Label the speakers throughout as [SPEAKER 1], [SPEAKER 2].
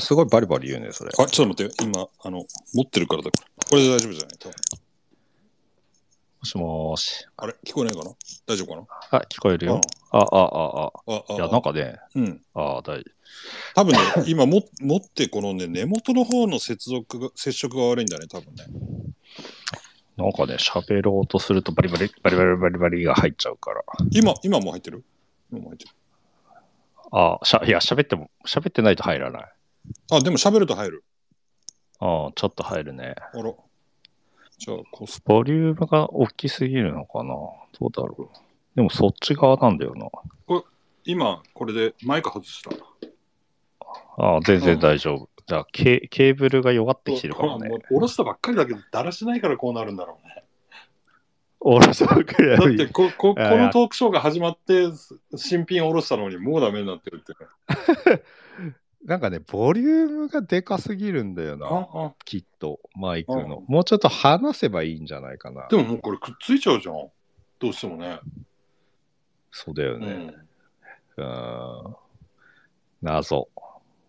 [SPEAKER 1] すごいバリバリ言うね、それ。
[SPEAKER 2] あ、ちょっと待って、今、あの、持ってるからだ、これ。これで大丈夫じゃない多分
[SPEAKER 3] もしもーし。
[SPEAKER 2] あれ聞こえないかな大丈夫か
[SPEAKER 3] あ、聞こえる
[SPEAKER 2] な
[SPEAKER 3] よ。あ、あ、あ、あ。
[SPEAKER 2] あ、あ、あ
[SPEAKER 3] いや、なんかね、
[SPEAKER 2] うん。
[SPEAKER 3] ああ、大
[SPEAKER 2] 多分ね、今も、 持ってこのね、根元の方の接続が、接触が悪いんだね、多分ね。
[SPEAKER 3] なんかね、喋ろうとするとバリバリ、バリバリバリバリが入っちゃうから。
[SPEAKER 2] 今、今もう入ってる今もう入ってる。
[SPEAKER 3] ああ、しゃ、いや、喋っても、喋ってないと入らない。
[SPEAKER 2] あ、でも喋ると入る。
[SPEAKER 3] ああ、ちょっと入るね。
[SPEAKER 2] あら。じゃあ、コス
[SPEAKER 3] ボリュームが大きすぎるのかなどうだろう。でもそっち側なんだよな。
[SPEAKER 2] 今、これでマイク外した。
[SPEAKER 3] ああ、全
[SPEAKER 2] う
[SPEAKER 3] 然
[SPEAKER 2] ん
[SPEAKER 3] 大丈夫。じゃあケ、ケーブルが弱ってきてるか
[SPEAKER 2] ほら
[SPEAKER 3] も
[SPEAKER 2] も
[SPEAKER 3] ね
[SPEAKER 2] う。下ろしたばっかりだけど、だらしないからこうなるんだろうね。
[SPEAKER 3] おろそくら
[SPEAKER 2] だっ
[SPEAKER 3] い
[SPEAKER 2] てこ、ここ
[SPEAKER 3] いやいや
[SPEAKER 2] のトークショーが始まって、新品下ろしたのに、もうダメになってるって。
[SPEAKER 3] なんかね、ボリュームがでかすぎるんだよな、
[SPEAKER 2] ああ
[SPEAKER 3] きっと、マイク
[SPEAKER 2] う
[SPEAKER 3] の。もうちょっと話せばいいんじゃないかな
[SPEAKER 2] で。ももうこれくっついちゃうじゃん。どうしてもね。
[SPEAKER 3] そうだよ
[SPEAKER 2] う
[SPEAKER 3] ね。
[SPEAKER 2] ん
[SPEAKER 3] うーん。謎。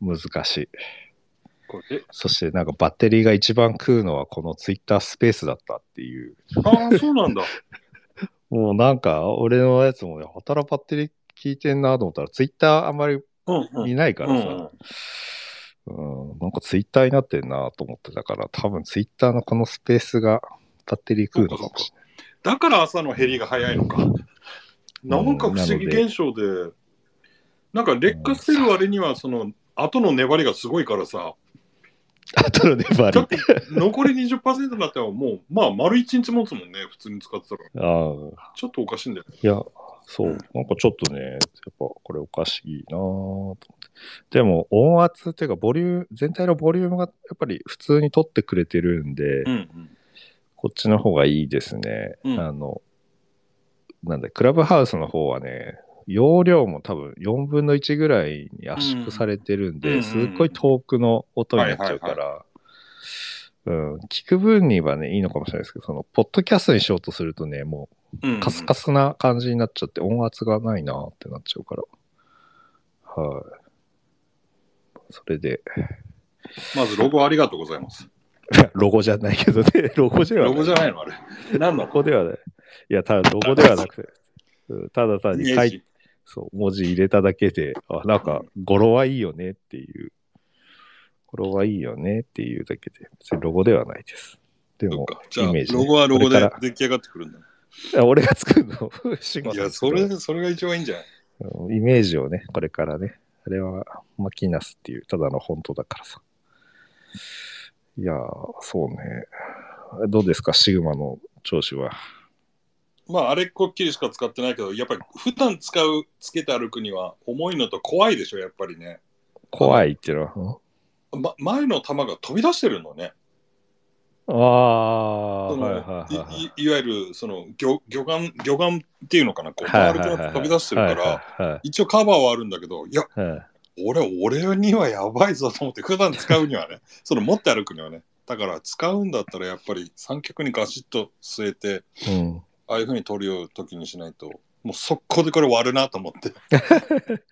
[SPEAKER 3] 難しい。
[SPEAKER 2] これえ
[SPEAKER 3] そしてなんかバッテリーが一番食うのはこのツイッタースペースだったっていう。
[SPEAKER 2] ああ、そうなんだ。
[SPEAKER 3] もうなんか俺のやつもね、ほたらバッテリー効いてんなと思ったらツイッターあんまり
[SPEAKER 2] うんうん
[SPEAKER 3] 見ないから
[SPEAKER 2] うんうん
[SPEAKER 3] さ。うん、なんかツイッターになってんなと思ってたから、多分ツイッターのこのスペースがバッテリー食うの かもしれない。
[SPEAKER 2] だから朝の減りが早いのか。なんか不思議現象で、なんか劣化してる割には、その、後の粘りがすごいからさ、
[SPEAKER 3] あとの粘
[SPEAKER 2] だ
[SPEAKER 3] り
[SPEAKER 2] っ。て残り20%になってももう、まあ、丸1日持つもんね、普通に使ってたら。
[SPEAKER 3] あー
[SPEAKER 2] ちょっとおかしいんだよね。
[SPEAKER 3] いや、そう、なんかちょっとね、やっぱこれおかしいなぁと思って。でも音圧っていうか、ボリューム、全体のボリュームがやっぱり普通に取ってくれてるんで、
[SPEAKER 2] うん
[SPEAKER 3] こっちの方がいいですね。
[SPEAKER 2] うん
[SPEAKER 3] あの、なんだ、クラブハウスの方はね、容量も多分4分の1ぐらいに圧縮されてるんで、
[SPEAKER 2] うん
[SPEAKER 3] すっごい遠くの音になっちゃうから、
[SPEAKER 2] はい
[SPEAKER 3] うん、聞く分にはね、いいのかもしれないですけど、その、ポッドキャストにしようとするとね、もう、
[SPEAKER 2] うんうん。
[SPEAKER 3] カスカスな感じになっちゃって、音圧がないなーってなっちゃうから。はい。それで、
[SPEAKER 2] まずロゴありがとうございます。
[SPEAKER 3] ロゴじゃないけどね、 ロゴじゃない。
[SPEAKER 2] ロゴじゃないのあれ。何な
[SPEAKER 3] ロ
[SPEAKER 2] の
[SPEAKER 3] ゴではない。いや、ただロゴではな くて、うんただ単に書
[SPEAKER 2] 明
[SPEAKER 3] い
[SPEAKER 2] 治
[SPEAKER 3] そう文字入れただけで、あ、なんか、語呂はいいよねっていう、語呂はいいよねっていうだけで、別にロゴではないです。で
[SPEAKER 2] そっ
[SPEAKER 3] も
[SPEAKER 2] か、じゃ
[SPEAKER 3] イ
[SPEAKER 2] あ、
[SPEAKER 3] メージね
[SPEAKER 2] ロゴはロゴ
[SPEAKER 3] これ
[SPEAKER 2] で
[SPEAKER 3] から
[SPEAKER 2] 出来上がってくるんだ。
[SPEAKER 3] あ俺が作るの、慎吾
[SPEAKER 2] い
[SPEAKER 3] さん
[SPEAKER 2] や、
[SPEAKER 3] が
[SPEAKER 2] そ
[SPEAKER 3] 作るの
[SPEAKER 2] れ、それが一番いいんじゃない
[SPEAKER 3] うんイメージをね、これからね、あれはマキナスっていうただの本当だからさ。いやー、そうね。どうですか、シグマの調子は。
[SPEAKER 2] まあ、あれっこっきりしか使ってないけど、やっぱり普段使う、つけて歩くには重いのと怖いでしょ、やっぱりね。
[SPEAKER 3] 怖いっていうの
[SPEAKER 2] ま、前の球が飛び出してるのね。
[SPEAKER 3] は。
[SPEAKER 2] そ
[SPEAKER 3] うんあー、は
[SPEAKER 2] の
[SPEAKER 3] いはいはいはい。
[SPEAKER 2] いいいわゆる、その魚、魚眼、魚眼っていうのかな、こう、パールが飛び出してるから、
[SPEAKER 3] ら。
[SPEAKER 2] 一応カバーはあるんだけど、いや、
[SPEAKER 3] はい
[SPEAKER 2] 俺、俺にはやばいぞと思って、普段使うにはね、その持って歩くにはね。だから、使うんだったらやっぱり三脚にガシッと据えて、
[SPEAKER 3] うん
[SPEAKER 2] ああいうふうに取り寄るときにしないと、もう速攻でこれ割るなと思って。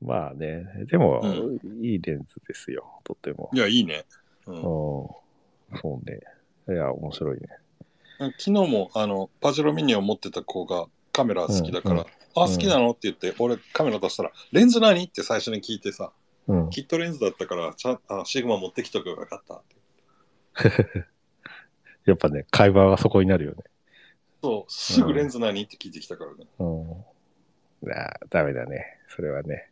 [SPEAKER 3] まあね、でも、
[SPEAKER 2] う
[SPEAKER 3] いいレンズですよ、とても。
[SPEAKER 2] いや、いいね。うん
[SPEAKER 3] うん、そうね。いや、面白いね。
[SPEAKER 2] 昨日もあのパジェロミニを持ってた子がカメラ好きだから
[SPEAKER 3] う
[SPEAKER 2] 「
[SPEAKER 3] んうん
[SPEAKER 2] あ好きなの?」って言って俺カメラ出したら「レンズ何?」って最初に聞いてさ
[SPEAKER 3] うん
[SPEAKER 2] 「きっとレンズだったからちゃんあシグマ持ってきとけばよかった」って
[SPEAKER 3] やっぱね、会話はそこになるよね。
[SPEAKER 2] そうすぐレンズ何って聞いてきたからね、
[SPEAKER 3] うん。ああ、ダメだね。それはね。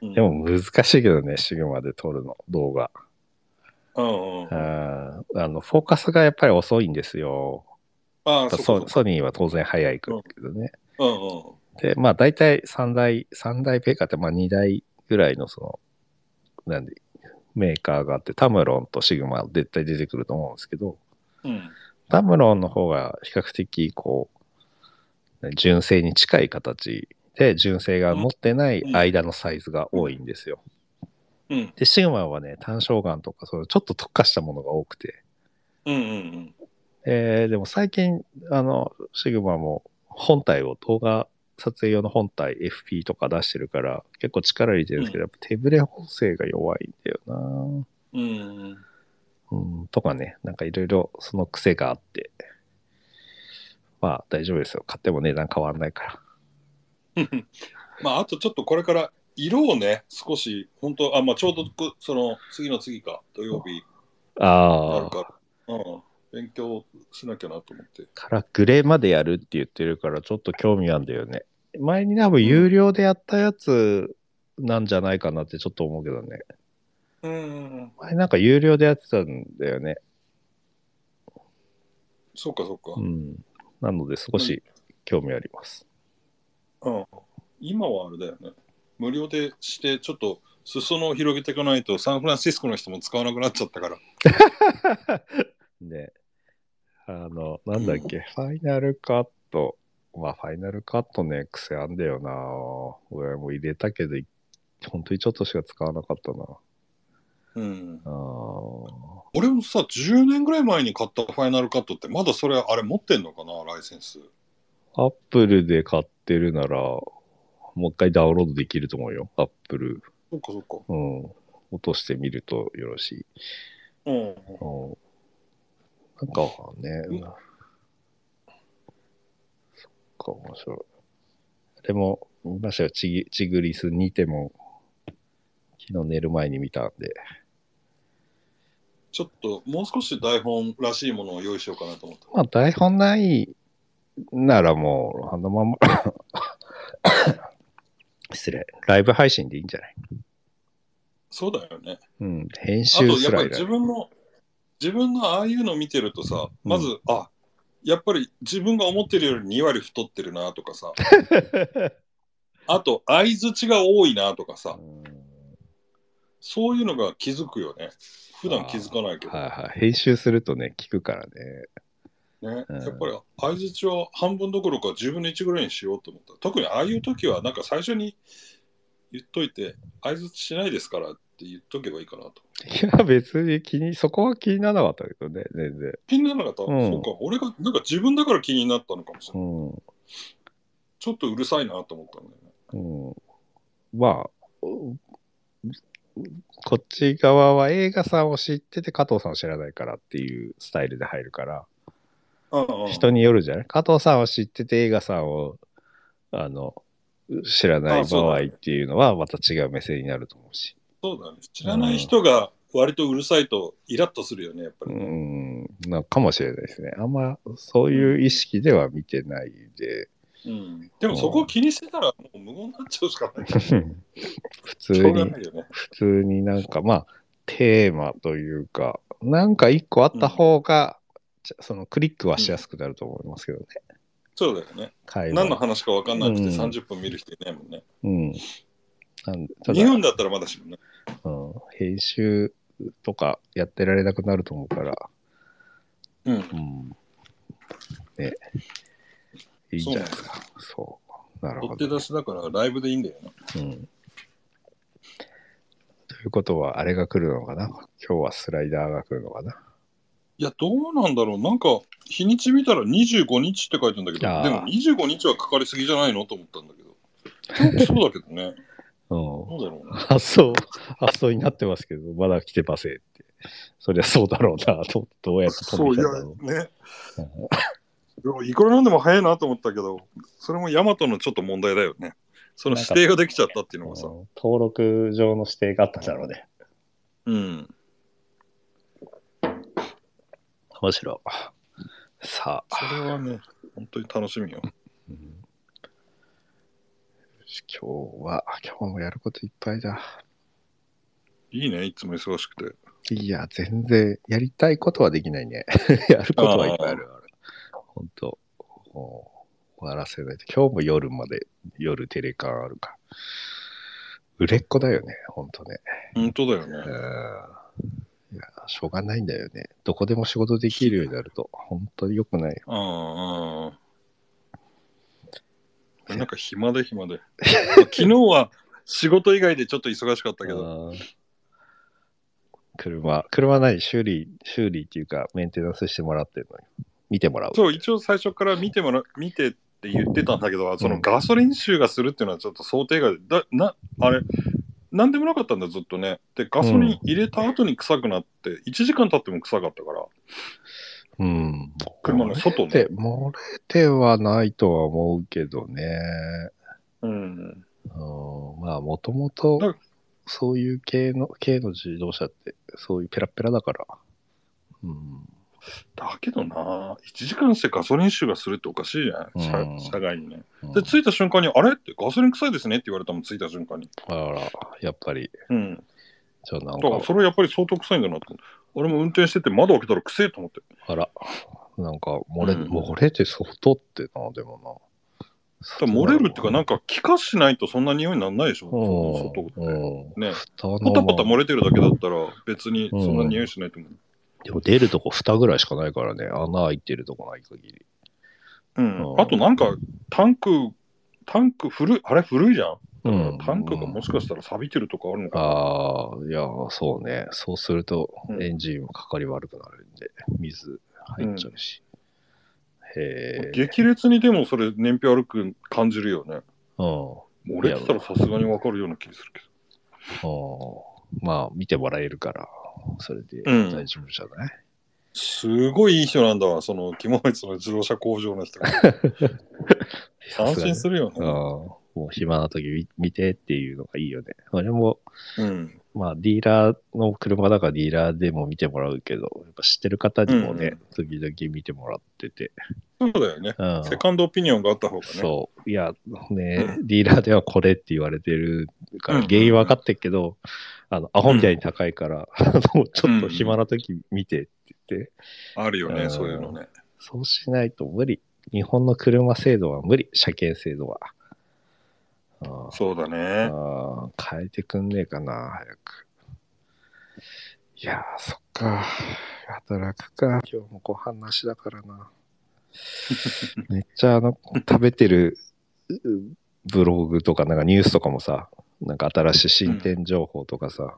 [SPEAKER 2] うん
[SPEAKER 3] でも難しいけどね、シグマで撮るの、動画。
[SPEAKER 2] うんうんあ
[SPEAKER 3] あーあの、フォーカスがやっぱり遅いんですよ。
[SPEAKER 2] あ
[SPEAKER 3] ソ
[SPEAKER 2] そうそう
[SPEAKER 3] ソニーは当然早いけどね。
[SPEAKER 2] うん
[SPEAKER 3] で、まあ大体3台、3台メーカーって、まあ2台ぐらいのその、なんで、メーカーがあって、タムロンとシグマ絶対出てくると思うんですけど、
[SPEAKER 2] うんうん
[SPEAKER 3] タムロンの方が比較的こう、純正に近い形で、純正が持ってない間のサイズが多いんですよ。
[SPEAKER 2] うん
[SPEAKER 3] で、シグマはね、単焦眼とか、そのちょっと特化したものが多くて。
[SPEAKER 2] うんうん
[SPEAKER 3] えーでも最近、あの、シグマも本体を動画撮影用の本体 FP とか出してるから、結構力入れてるんですけど、やっぱ手ぶれ補正が弱いんだよな。
[SPEAKER 2] うん。
[SPEAKER 3] うん、とかね、なんかいろいろその癖があって、まあ大丈夫ですよ。買っても値段変わんないから。
[SPEAKER 2] まあ、あとちょっとこれから色をね、少し、本当あ、まあ、ちょうどこその次の次か、土曜日あ
[SPEAKER 3] あ
[SPEAKER 2] る
[SPEAKER 3] あ、
[SPEAKER 2] から、うん、勉強しなきゃなと思って。
[SPEAKER 3] からグレーまでやるって言ってるから、ちょっと興味あるんだよね。前に多分有料でやったやつなんじゃないかなってちょっと思うけどね。
[SPEAKER 2] うん。
[SPEAKER 3] 前なんか有料でやってたんだよね。
[SPEAKER 2] そうか、そうか。
[SPEAKER 3] うん。なので少し興味あります。
[SPEAKER 2] うん、今はあれだよね。無料でして、ちょっと裾野を広げていかないと、サンフランシスコの人も使わなくなっちゃったから。
[SPEAKER 3] ね。あの、なんだっけ、ファイナルカット。まあ、ファイナルカットね、癖あんだよな。俺も入れたけど、本当にちょっとしか使わなかったな。
[SPEAKER 2] うん、
[SPEAKER 3] あー
[SPEAKER 2] 俺もさ、10年ぐらい前に買ったファイナルカットって、まだそれ、あれ持ってんのかな、ライセンス。
[SPEAKER 3] アップルで買ってるなら、もう一回ダウンロードできると思うよ。アップル。
[SPEAKER 2] そっかそっか。
[SPEAKER 3] うん。落としてみるとよろしい。
[SPEAKER 2] うん。
[SPEAKER 3] うん。なんかね、
[SPEAKER 2] うん
[SPEAKER 3] そっか、面白い。あれも、見ましたよ。チギチグリスにても、昨日寝る前に見たんで。
[SPEAKER 2] ちょっと、もう少し台本らしいものを用意しようかなと思った。
[SPEAKER 3] まあ、台本ないならもう、あのま ま、失礼。ライブ配信でいいんじゃない
[SPEAKER 2] そうだよね。
[SPEAKER 3] うん。編
[SPEAKER 2] あと
[SPEAKER 3] 集、
[SPEAKER 2] や
[SPEAKER 3] す
[SPEAKER 2] っぱ
[SPEAKER 3] ら
[SPEAKER 2] り
[SPEAKER 3] いら
[SPEAKER 2] 自
[SPEAKER 3] ない。
[SPEAKER 2] 分の、自分のああいうの見てるとさ、まず、あ、やっぱり自分が思ってるより2割太ってるなと かさ、あと、相づちが多いなとかさ、そういうのが気づくよね。普段気づかないけど、
[SPEAKER 3] はいはい。編集するとね、聞くからね。
[SPEAKER 2] ね
[SPEAKER 3] うん
[SPEAKER 2] やっぱり相づちは半分どころか10分の1ぐらいにしようと思った。特にああいう時は、なんか最初に言っといて、相づちしないですからって言っとけばいいかなと。
[SPEAKER 3] いや、別に気に、そこは気にならなかったけどね、全然。
[SPEAKER 2] 気にならなかった、
[SPEAKER 3] うん
[SPEAKER 2] そうか、俺が、なんか自分だから気になったのかもしれない。
[SPEAKER 3] うん。
[SPEAKER 2] ちょっとうるさいなと思ったんだよね。
[SPEAKER 3] うん、まあ、うこっち側は映画さんを知ってて加藤さんを知らないからっていうスタイルで入るから、
[SPEAKER 2] うんうん
[SPEAKER 3] 人によるじゃない加藤さんを知ってて映画さんを、あの、知らない
[SPEAKER 2] あそう
[SPEAKER 3] 場
[SPEAKER 2] だ
[SPEAKER 3] 合
[SPEAKER 2] ね
[SPEAKER 3] っていうのはまた違う目線になると思うし。
[SPEAKER 2] そうだね。知らない人が割とうるさいとイラッとするよね、やっぱ
[SPEAKER 3] う
[SPEAKER 2] りね。
[SPEAKER 3] ん、なんかもしれないですね。あんまそういう意識では見てない で、
[SPEAKER 2] うんでもそこを気にしてたらもう無言になっちゃうしかない。し
[SPEAKER 3] 普通
[SPEAKER 2] ょうが
[SPEAKER 3] に
[SPEAKER 2] ないよね。
[SPEAKER 3] 普通になんかまあテーマというかなんか一個あった方が、ちょそのクリックはしやすくなると思いますけどね、
[SPEAKER 2] そうだよね。
[SPEAKER 3] 会
[SPEAKER 2] 何の
[SPEAKER 3] 話
[SPEAKER 2] 話か分かんなくて
[SPEAKER 3] うん
[SPEAKER 2] 30分見る人いないもんね。
[SPEAKER 3] うんなんでただ
[SPEAKER 2] 2分だったらまだしもね。
[SPEAKER 3] うん、編集とかやってられなくなると思うから
[SPEAKER 2] うん。
[SPEAKER 3] うんねいいんじゃないですかそうなる
[SPEAKER 2] 取
[SPEAKER 3] ほ
[SPEAKER 2] って
[SPEAKER 3] ど、
[SPEAKER 2] 出しだからライブでいいんだよね。
[SPEAKER 3] うんということはあれが来るのかな今日はスライダーが来るのかない
[SPEAKER 2] や、どうなんだろう。なんか日にち見たら25日って書いてんだけど、
[SPEAKER 3] あー
[SPEAKER 2] でも25日はかかりすぎじゃないのと思ったんだけど。そうだけどね。
[SPEAKER 3] うん
[SPEAKER 2] どうだろうね。
[SPEAKER 3] 発想、発想になってますけど、まだ来てませんって。そりゃそうだろうな、と、どうやって
[SPEAKER 2] そ
[SPEAKER 3] 飛
[SPEAKER 2] う、
[SPEAKER 3] び
[SPEAKER 2] い
[SPEAKER 3] たんだろ
[SPEAKER 2] や、ね。
[SPEAKER 3] う。
[SPEAKER 2] でもいくらなんでも早いなと思ったけど、それもヤマトのちょっと問題だよね。その指定ができちゃったっていうのがさ。
[SPEAKER 3] うん登録上の指定があったんだろうね。
[SPEAKER 2] うん。
[SPEAKER 3] 面白い。さあ、
[SPEAKER 2] それはね、本当に楽しみよ。
[SPEAKER 3] うん今日は、今日もやることいっぱいだ。
[SPEAKER 2] いいね、いつも忙しくて。
[SPEAKER 3] いや、全然、やりたいことはできないね。 やることはいっぱいある。本当もう終わらせないと。今日も夜まで、夜テレカンあるから。売れっ子だよね、本当ね。
[SPEAKER 2] 本当だよね。
[SPEAKER 3] うんいや、しょうがないんだよね。どこでも仕事できるようになると、本当に良くないよ。
[SPEAKER 2] うんうん。なんか暇で暇で。 昨日は仕事以外でちょっと忙しかったけど、
[SPEAKER 3] うん車、車何修理、修理っていうか、メンテナンスしてもらってるのに。見てもらう。
[SPEAKER 2] そう、一応最初から見てもら見てって言ってたんだけど、そのガソリン臭がするっていうのはちょっと想定外でだなあれなんでもなかったんだずっとねでガソリン入れた後に臭くなって、1時間経っても臭かったから
[SPEAKER 3] うん。
[SPEAKER 2] 車の外
[SPEAKER 3] で
[SPEAKER 2] ね、
[SPEAKER 3] 漏れてはないとは思うけどね。
[SPEAKER 2] うん、
[SPEAKER 3] うん、まあ、もともと
[SPEAKER 2] だ、
[SPEAKER 3] そういう系の、系の自動車って、そういうペラペラだから。うん。
[SPEAKER 2] だけどな1時間してガソリン臭がするっておかしいじゃない、車
[SPEAKER 3] うん
[SPEAKER 2] 車外にね
[SPEAKER 3] うん
[SPEAKER 2] で着いた瞬間に「あれ?」ってガソリン臭いですねって言われたもん着いた瞬間に
[SPEAKER 3] あら、やっぱり、
[SPEAKER 2] うん
[SPEAKER 3] じゃあなん
[SPEAKER 2] だから
[SPEAKER 3] か、
[SPEAKER 2] それはやっぱり相当臭いんだなと思って俺も運転してて窓開けたら臭いと思って
[SPEAKER 3] あら、なんか漏れ、
[SPEAKER 2] うん
[SPEAKER 3] 漏れて外ってな、でも
[SPEAKER 2] だ
[SPEAKER 3] な。
[SPEAKER 2] から漏れるっていうかなん
[SPEAKER 3] か、
[SPEAKER 2] か気化しないとそんな匂いにならないでしょ
[SPEAKER 3] うん、
[SPEAKER 2] 外って
[SPEAKER 3] うん
[SPEAKER 2] ね
[SPEAKER 3] 蓋の、
[SPEAKER 2] パタパタ漏れてるだけだったら別にそんな匂いしないと思う
[SPEAKER 3] でも出るとこ蓋ぐらいしかないからね、穴開いてるとこない限り。
[SPEAKER 2] うん、
[SPEAKER 3] うん
[SPEAKER 2] あとなんかタンクタンク古いあれ古いじゃん
[SPEAKER 3] うん
[SPEAKER 2] タンクがもしかしたら錆びてるとかあるのか
[SPEAKER 3] ああ、いや、そうね。そうすると
[SPEAKER 2] う、ん
[SPEAKER 3] エンジンもかかり悪くなるんで、水入っちゃうし。
[SPEAKER 2] な、
[SPEAKER 3] へえ。
[SPEAKER 2] 激烈にでもそれ燃費悪く感じるよね
[SPEAKER 3] うん。
[SPEAKER 2] 漏れてたらさすがにわかるような気がするけど
[SPEAKER 3] うんまあ、見てもらえるから、それで
[SPEAKER 2] うん
[SPEAKER 3] 大丈夫じゃない、
[SPEAKER 2] すごいいい人なんだわその肝別の自動車工場 の人が安心するよ
[SPEAKER 3] うん。
[SPEAKER 2] ね
[SPEAKER 3] もう暇な時見見てっていうのがいいよね。俺も、
[SPEAKER 2] うん
[SPEAKER 3] まあ、ディーラーの車だからディーラーでも見てもらうけど、やっぱ知ってる方にもね、時々見てもらってて。
[SPEAKER 2] そうだよね
[SPEAKER 3] うん。
[SPEAKER 2] セカンドオピニオンがあった方がね
[SPEAKER 3] そう。いや、ね、ディーラーではこれって言われてるから、
[SPEAKER 2] うん
[SPEAKER 3] 原因分かってるけど、あの、アホみたいに高いから、あのちょっと暇な時見てって言って、
[SPEAKER 2] あるよ
[SPEAKER 3] う
[SPEAKER 2] ね
[SPEAKER 3] ん
[SPEAKER 2] そういうのね
[SPEAKER 3] そうしないと無理。日本の車制度は無理。車検制度は。あ
[SPEAKER 2] そうだ
[SPEAKER 3] あ
[SPEAKER 2] ね
[SPEAKER 3] ああ変えてくんねえかな、早く。いやー、そっか。働くか。今日もご飯なしだからな。めっちゃあの、食べてるうブログとか、なんかニュースとかもさ、なんか新しい進展情報とかさ、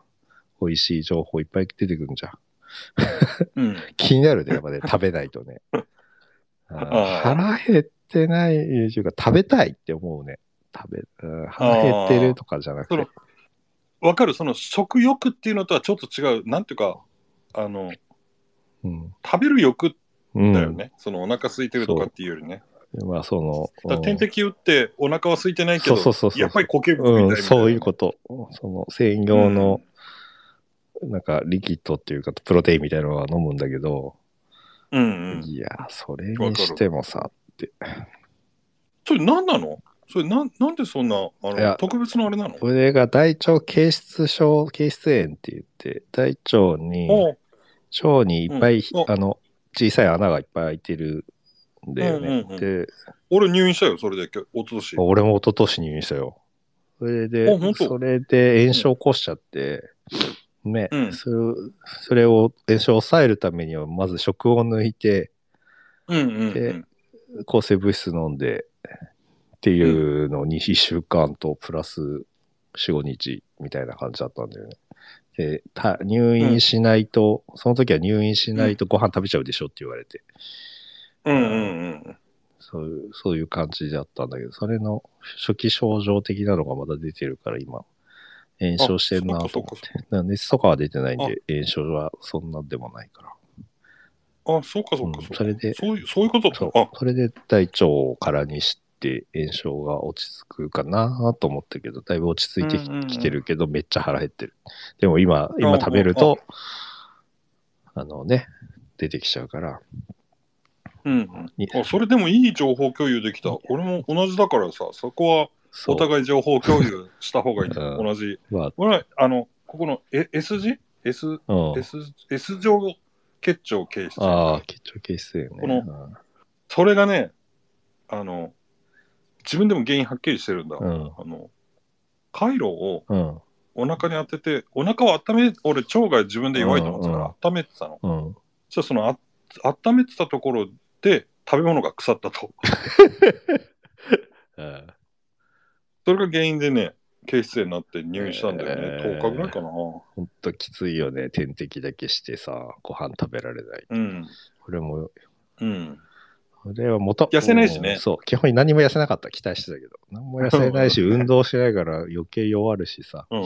[SPEAKER 3] 美味しい情報いっぱい出てくるんじゃん。
[SPEAKER 2] うん
[SPEAKER 3] 気になるね、やっぱね、食べないとね。あー
[SPEAKER 2] あー
[SPEAKER 3] 腹減ってないというか、食べたいって思うね。食べ、うん腹減ってるとかじゃなくて
[SPEAKER 2] その。わかるその食欲っていうのとはちょっと違うなんていうかあの
[SPEAKER 3] うん。
[SPEAKER 2] 食べる欲
[SPEAKER 3] うん
[SPEAKER 2] だよね、そのお腹空いてるとかっていうよりね
[SPEAKER 3] まあ、その。
[SPEAKER 2] だから
[SPEAKER 3] うん
[SPEAKER 2] 点滴打ってお腹は空いてないけど
[SPEAKER 3] そうそうそうそう
[SPEAKER 2] やっぱり固形物みたいな、
[SPEAKER 3] うん、そういうことと。その専用の、なんかリキッドっていうか、プロテインみたいなのは飲むんだけど、
[SPEAKER 2] うんうん
[SPEAKER 3] いやー、それにしてもさ、
[SPEAKER 2] それ何なのそれなんなんでそんなあ
[SPEAKER 3] いや
[SPEAKER 2] の特別なあれなの
[SPEAKER 3] これが大腸憩室症、憩室炎って言って、大腸に、
[SPEAKER 2] おう
[SPEAKER 3] 腸にいっぱい、
[SPEAKER 2] うん
[SPEAKER 3] あの小さい穴がいっぱい開いてるんだよね。
[SPEAKER 2] うんうんうん
[SPEAKER 3] で、
[SPEAKER 2] 俺入院したよそれで今日おととし
[SPEAKER 3] 俺も一昨年入院したよ。それ
[SPEAKER 2] あ
[SPEAKER 3] で
[SPEAKER 2] 本、当
[SPEAKER 3] それで炎症起こしちゃって、ね、
[SPEAKER 2] うん
[SPEAKER 3] それそれを炎症を抑えるためには、まず食を抜いて、
[SPEAKER 2] うんうんう
[SPEAKER 3] で
[SPEAKER 2] ん
[SPEAKER 3] 抗生物質飲んでっていうのに1週間とプラス4、5日みたいな感じだったんだよね。で、た入院しないと、その時は入院しないとご飯食べちゃうでしょって言われて。
[SPEAKER 2] うんうんうん
[SPEAKER 3] そういう、そういう感じだったんだけど、それの初期症状的なのがまだ出てるから、今、炎症してんな
[SPEAKER 2] あ
[SPEAKER 3] と
[SPEAKER 2] そっ
[SPEAKER 3] 思
[SPEAKER 2] かそっ
[SPEAKER 3] って。
[SPEAKER 2] か
[SPEAKER 3] だから熱とかは出てないんで、炎症はそんなでもないから。
[SPEAKER 2] あ、そうかそうか
[SPEAKER 3] うん
[SPEAKER 2] そうか。
[SPEAKER 3] それで
[SPEAKER 2] そういう、そういうことだ
[SPEAKER 3] そう
[SPEAKER 2] あ、。
[SPEAKER 3] それで大腸を空にして炎症が落ち着くかなと思ったけど、だいぶ落ち着いてき,、
[SPEAKER 2] うんうんうん
[SPEAKER 3] てるけど、めっちゃ腹減ってる。でも今、今食べると、あのね、出てきちゃうから。
[SPEAKER 2] うんうん
[SPEAKER 3] に
[SPEAKER 2] あ。それでもいい情報共有できた。俺も同じだからさ、そこは
[SPEAKER 3] そう
[SPEAKER 2] お互い情報共有した方がいいんだよ。
[SPEAKER 3] うん
[SPEAKER 2] 同じ。
[SPEAKER 3] まあ
[SPEAKER 2] 俺は、あの、ここのえ S 字 ?S、
[SPEAKER 3] うん、
[SPEAKER 2] S、S 状結腸形質。
[SPEAKER 3] ああ、結腸憩室炎
[SPEAKER 2] こ
[SPEAKER 3] ね。
[SPEAKER 2] それがね、あの、自分でも原因はっきりしてるんだ。
[SPEAKER 3] うん。
[SPEAKER 2] あの、回路を
[SPEAKER 3] うん。
[SPEAKER 2] お腹に当てて、お腹を温め、俺、腸が自分で弱いと思って
[SPEAKER 3] う
[SPEAKER 2] た
[SPEAKER 3] ん
[SPEAKER 2] から温めてたの。
[SPEAKER 3] うん。
[SPEAKER 2] じゃあそのあ温めてたところで食べ物が腐ったと。
[SPEAKER 3] うん
[SPEAKER 2] それが原因でね、憩室炎になって入院したんだよね。
[SPEAKER 3] えー
[SPEAKER 2] 10日ぐらいかな。
[SPEAKER 3] ほんときついよね。点滴だけしてさ、ご飯食べられない。
[SPEAKER 2] うん。
[SPEAKER 3] これも、
[SPEAKER 2] うん。
[SPEAKER 3] れはもと
[SPEAKER 2] 痩せないしね
[SPEAKER 3] うんそう、基本に何も痩せなかった、期待してたけど。何も痩せない し、運動しないから余計弱るしさ。
[SPEAKER 2] うん。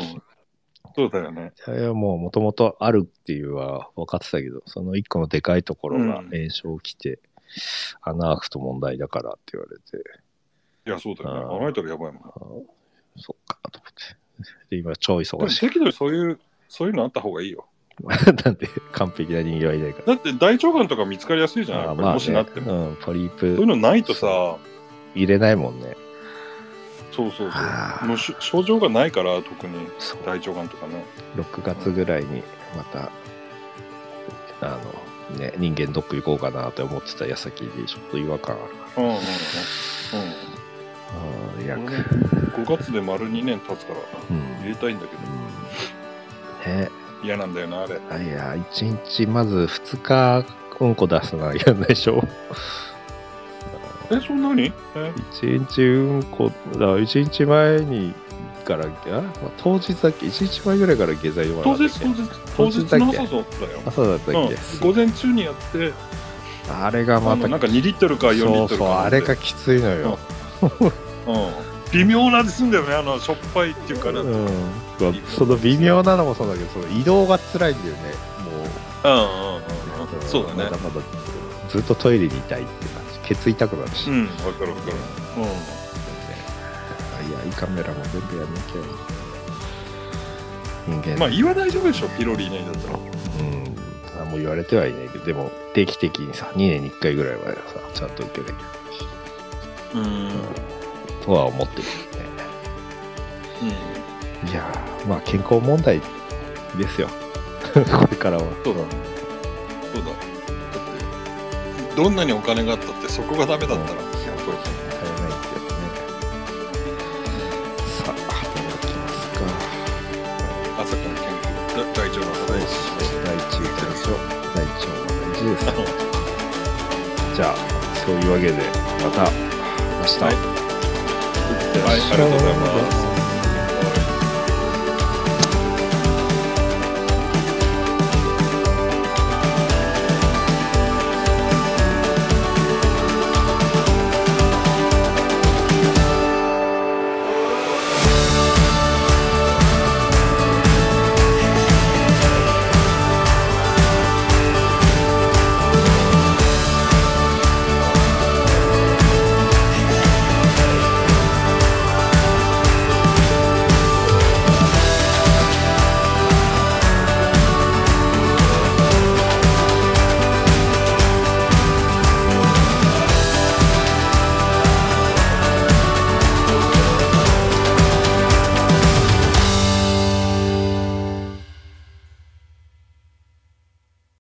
[SPEAKER 2] そうだよね。
[SPEAKER 3] それはもう、もともとあるっていうのは分かってたけど、その一個のでかいところが
[SPEAKER 2] うん
[SPEAKER 3] 炎症きて、穴開くと問題だからって言われて、
[SPEAKER 2] いや、そうだよね。
[SPEAKER 3] あー
[SPEAKER 2] 考えたらやばいもん。
[SPEAKER 3] あそっか、と思って。で、今、超
[SPEAKER 2] でも
[SPEAKER 3] 忙しい。
[SPEAKER 2] 適度にそういう、そういうのあった方がいいよ。
[SPEAKER 3] なんで、完璧な人間はいないから。
[SPEAKER 2] だって大腸がんとか見つかりやすいじゃない、
[SPEAKER 3] あ
[SPEAKER 2] や
[SPEAKER 3] ー
[SPEAKER 2] っぱり
[SPEAKER 3] まあ
[SPEAKER 2] もしなっても。
[SPEAKER 3] ねうん、ポリー
[SPEAKER 2] そういう
[SPEAKER 3] プ
[SPEAKER 2] のないとさ、
[SPEAKER 3] 入れないもんね。
[SPEAKER 2] そうそう
[SPEAKER 3] あー
[SPEAKER 2] そう。もうし症状がないから、特に
[SPEAKER 3] そう
[SPEAKER 2] 大腸がんとかね。
[SPEAKER 3] 6月ぐらいにまた、あの、ね、人間ドック行こうかなって思ってた矢先にちょっと違和感ある
[SPEAKER 2] うんうんうん。うん
[SPEAKER 3] あー
[SPEAKER 2] 俺
[SPEAKER 3] 約
[SPEAKER 2] も5月で丸2年経つから
[SPEAKER 3] うん、うん
[SPEAKER 2] 入れたいんだけど
[SPEAKER 3] ね
[SPEAKER 2] 嫌なんだよなあれ
[SPEAKER 3] あいや1日まず2日うんこ出すのは嫌でしょ
[SPEAKER 2] えそんなにえ
[SPEAKER 3] 1日うんこだ1日前にからあ、まあ当日だっけ1日前ぐらいから下剤読
[SPEAKER 2] 当
[SPEAKER 3] まな
[SPEAKER 2] 日
[SPEAKER 3] い
[SPEAKER 2] 当日当日
[SPEAKER 3] 当日だ
[SPEAKER 2] の
[SPEAKER 3] っけ
[SPEAKER 2] 朝そうだよ
[SPEAKER 3] 朝だったっけ、
[SPEAKER 2] うん、午前中にやって、
[SPEAKER 3] あれが
[SPEAKER 2] あ
[SPEAKER 3] ま
[SPEAKER 2] の
[SPEAKER 3] た
[SPEAKER 2] なんか2リットルか4リットルか
[SPEAKER 3] そうそうあれがきついのよ、
[SPEAKER 2] うん、微妙な味すんだよねあのしょっぱいっていうかな、うんうん、
[SPEAKER 3] うん、その微妙なのもそうだけどその移動が辛いんだよねもう、
[SPEAKER 2] うんそうだね
[SPEAKER 3] まだまだずっとトイレにいたいって感じケツ痛くなるし、
[SPEAKER 2] う
[SPEAKER 3] ね
[SPEAKER 2] んわかるわかるう
[SPEAKER 3] いや胃カメラも全部やんなきゃいい人間
[SPEAKER 2] んまあ胃は大丈夫でしょピロリいないんだったら
[SPEAKER 3] うんあもう言われてはいないけどでも定期的にさ2年に1回ぐらいはさちゃんと受けなきゃい
[SPEAKER 2] うん、
[SPEAKER 3] けないし、とは思ってるけどねいやーまあ健康問題ですよ これからは
[SPEAKER 2] そうだそうだだってどんなにお金があったってそこがダメだったら、
[SPEAKER 3] うん
[SPEAKER 2] やっぱ
[SPEAKER 3] 買え
[SPEAKER 2] り
[SPEAKER 3] ないってやつね。さあ、働きますか。
[SPEAKER 2] 朝から健康大丈夫だ
[SPEAKER 3] 大
[SPEAKER 2] 大
[SPEAKER 3] 地
[SPEAKER 2] 事、
[SPEAKER 3] 大地大丈大腸は大事です。じゃあ、そういうわけで、また明日。
[SPEAKER 2] はいはいありがとうございます